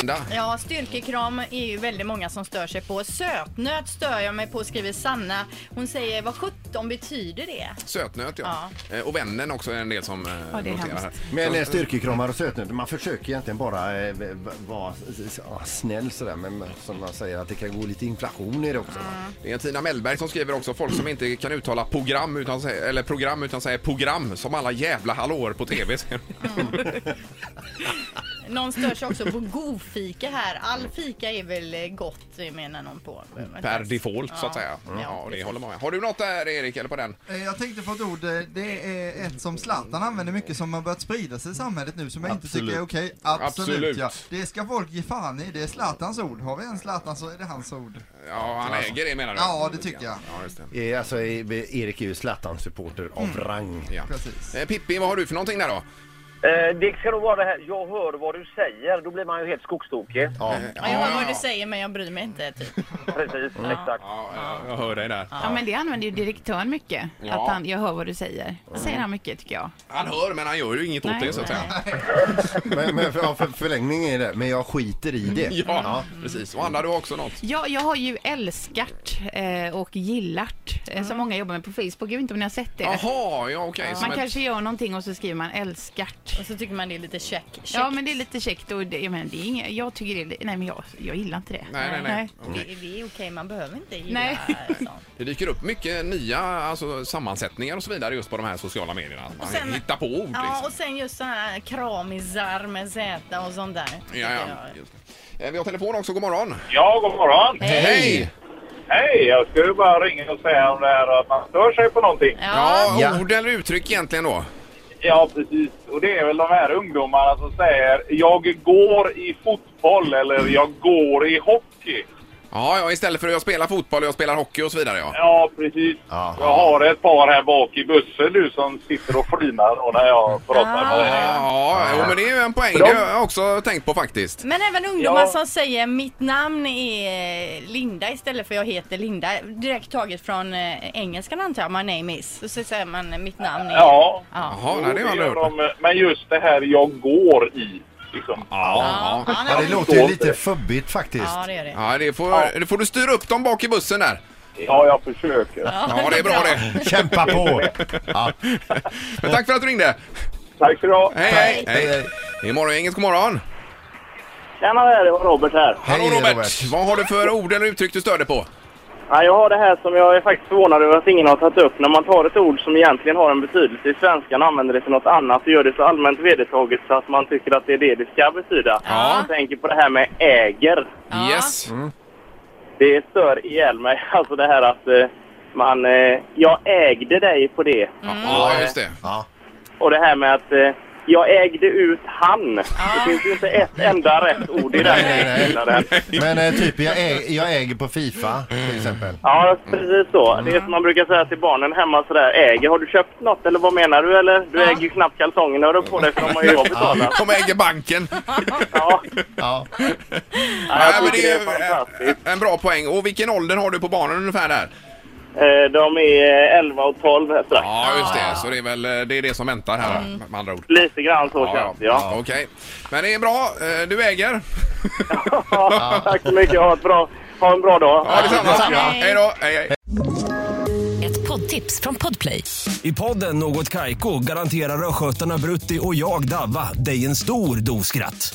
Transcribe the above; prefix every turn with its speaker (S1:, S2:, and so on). S1: Linda?
S2: Ja, styrkekram är ju väldigt många som stör sig på. Sötnöt stör jag mig på, skriver Sanna. Hon säger, vad sjutton betyder det?
S1: Sötnöt, ja. Eh, Och vännen också är en del som eh,
S3: Ja, det är
S1: noterar här.
S3: hemskt.
S4: Men eh, styrkekramar och sötnötter, man försöker egentligen bara eh, v- v- vara s- s- ja, snäll sådär men som man säger att det kan gå lite inflation i det också.
S1: Det är Tina Mellberg som skriver också folk som inte kan uttala program utan, säger- eller program utan säger program som alla jävla hallåor på tv. säger hon.
S2: Någon stör sig också på god fika här. All fika är väl gott, menar någon på.
S1: Per default så att säga. Ja, det håller man med. Har du något där Erik eller på den?
S5: Eh, Jag tänkte på ett ord, eh, det är ett som Zlatan använder mycket som har börjat sprida sig i samhället nu som jag inte tycker är okej. Absolut,
S1: Absolut.
S5: ja. Det ska folk ge fan i, det är Zlatans ord. Har vi en Zlatan så är det hans ord.
S1: Ja, han äger det menar du?
S5: Ja, det tycker jag.
S1: Ja, just det.
S4: Eh, Alltså eh, Erik är ju Zlatan-supporter av rang.
S1: Mm. Ja.
S5: Precis.
S1: Eh, Pippi, vad har du för någonting där då?
S6: Eh, det ska nog vara det här, jag hör vad du säger, då blir man ju helt skogstokig.
S4: Ja.
S2: Ja, jag hör vad
S1: Ah.
S2: du säger men jag bryr mig inte. Typ.
S6: Precis, exakt.
S1: Ja, ja, jag hör dig där.
S3: Ja, men det använder ju direktören mycket.
S1: Ja. Mm.
S3: Att han, jag hör vad du säger. Det säger han mycket tycker jag.
S1: Han hör men han gör ju inget åt
S3: Nej,
S1: det så att säga.
S4: Men, men för, ja, för, förlängning är det, men jag skiter i det.
S1: Ja, precis. Och Anna, du har också något.
S3: Ja, jag har ju älskat eh, och gillat eh, som många jobbar med på Facebook. Jag vet inte om ni har sett det.
S1: Mm. Jaha, ja okej. som
S3: Man
S1: ett-
S3: kanske gör någonting och så skriver man älskat.
S2: Och så tycker man det är lite check. check.
S3: Ja, men det är lite käckt och det, jag menar, det är inget, jag tycker det är, li- nej men jag, jag gillar inte det.
S1: Nej, nej, nej.
S2: det,
S1: Okej.
S2: det är okej, man behöver inte gilla
S3: Nej.
S2: sånt.
S1: Det dyker upp mycket nya alltså, sammansättningar och så vidare just på de här sociala medierna. Man
S2: sen-
S1: hittar på ord liksom.
S2: Ja, och sen just såna här kramisar med Z och sånt där.
S1: Ja, ja. Just det. Eh, Vi har telefon också, god morgon.
S7: Ja, god morgon.
S2: Hej.
S7: Hej, jag skulle bara ringa och säga om det här att man stör sig på någonting.
S2: Ja.
S1: Ja,
S4: Ja.
S1: ord eller uttryck egentligen då?
S7: Ja, precis. Och det är väl de här ungdomarna som säger jag går i fotboll eller jag går i hockey.
S1: Ja, ja, istället för att jag spelar fotboll och jag spelar hockey och så vidare ja.
S7: Ja, precis.
S4: Aha.
S7: Jag har ett par här bak i bussen nu som sitter och flinar då när jag pratar med dig.
S1: Ja, jo, men det är ju en poäng. Det har jag också tänkt på faktiskt.
S2: Men även ungdomar
S7: Ja.
S2: som säger mitt namn är eh, Linda istället för jag heter Linda. Direkt taget från eh, engelskan antar jag, my name is. Och så säger man eh, mitt namn är...
S7: Ja,
S2: Ja.
S1: Jaha, nej, det har jag aldrig
S7: gör
S1: hört.
S7: de, men just det här jag går i. Liksom.
S1: Ja, ja.
S4: Ja, det låter ju lite fubbigt faktiskt.
S2: Ja, det gör det.
S1: Ja, det får, det får du styra upp dem bak i bussen där.
S7: Ja, jag försöker.
S1: Ja, det är bra det.
S4: Kämpa på! Ja.
S1: Men tack för att du ringde.
S7: Tack så du ha.
S1: Hej, hej. hej. Det är morgongänget, god morgon.
S6: Tjena där, det var Robert här.
S1: Hallå
S4: Hej,
S1: Robert.
S4: Robert.
S1: Vad har du för ord eller uttryck du störde på?
S6: Ja, jag har det här som jag är faktiskt förvånad över att ingen har tagit upp. När man tar ett ord som egentligen har en betydelse i svenskan och använder det till något annat så gör det så allmänt vedertaget så att man tycker att det är det det ska betyda.
S1: Ja.
S6: Jag tänker på det här med äger.
S2: Ja.
S1: Yes.
S6: Det stör ihjäl mig, alltså det här att eh, man... Eh, jag ägde dig på det.
S1: Mm. Ja, just det.
S4: Ja.
S6: Och det här med att eh, jag ägde ut han. Det finns ju inte ett enda rätt ord i den
S4: Ah. Nej, nej, nej.
S6: skillnaden.
S4: Men eh, typ, jag, äg, jag äger på Fifa till
S1: Mm.
S4: exempel.
S6: Ja, precis så. Det är som man brukar säga till barnen hemma sådär. Äger, har du köpt något eller vad menar du eller? Du äger ju knappt kalsongerna du har på dig för de har ju jag betalat.
S1: Som äger banken.
S6: Ja,
S4: Ja.
S6: ja,
S1: Nej,
S6: jag
S1: men
S6: tycker
S1: det
S6: det är
S1: är
S6: fantastiskt.
S1: en bra poäng. Och vilken ålder har du på barnen ungefär där?
S6: Eh, De är eh, 11 och 12 här strax.
S1: Ja, just det. Så det är väl eh, det, är det som väntar här med andra ord.
S6: Lite grann så känns det ja.
S1: Okej. Men det är bra. Eh, Du äger.
S6: ja. Tack så mycket, ha, ett bra, ha en bra dag.
S1: Ja, detsamma.
S2: detsamma.
S1: Hej då. Hej, hej.
S8: Ett poddtips från Podplay.
S9: I podden Något Kaiko garanterar östgötarna Brutti och jag, Davva, dig en stor dos skratt.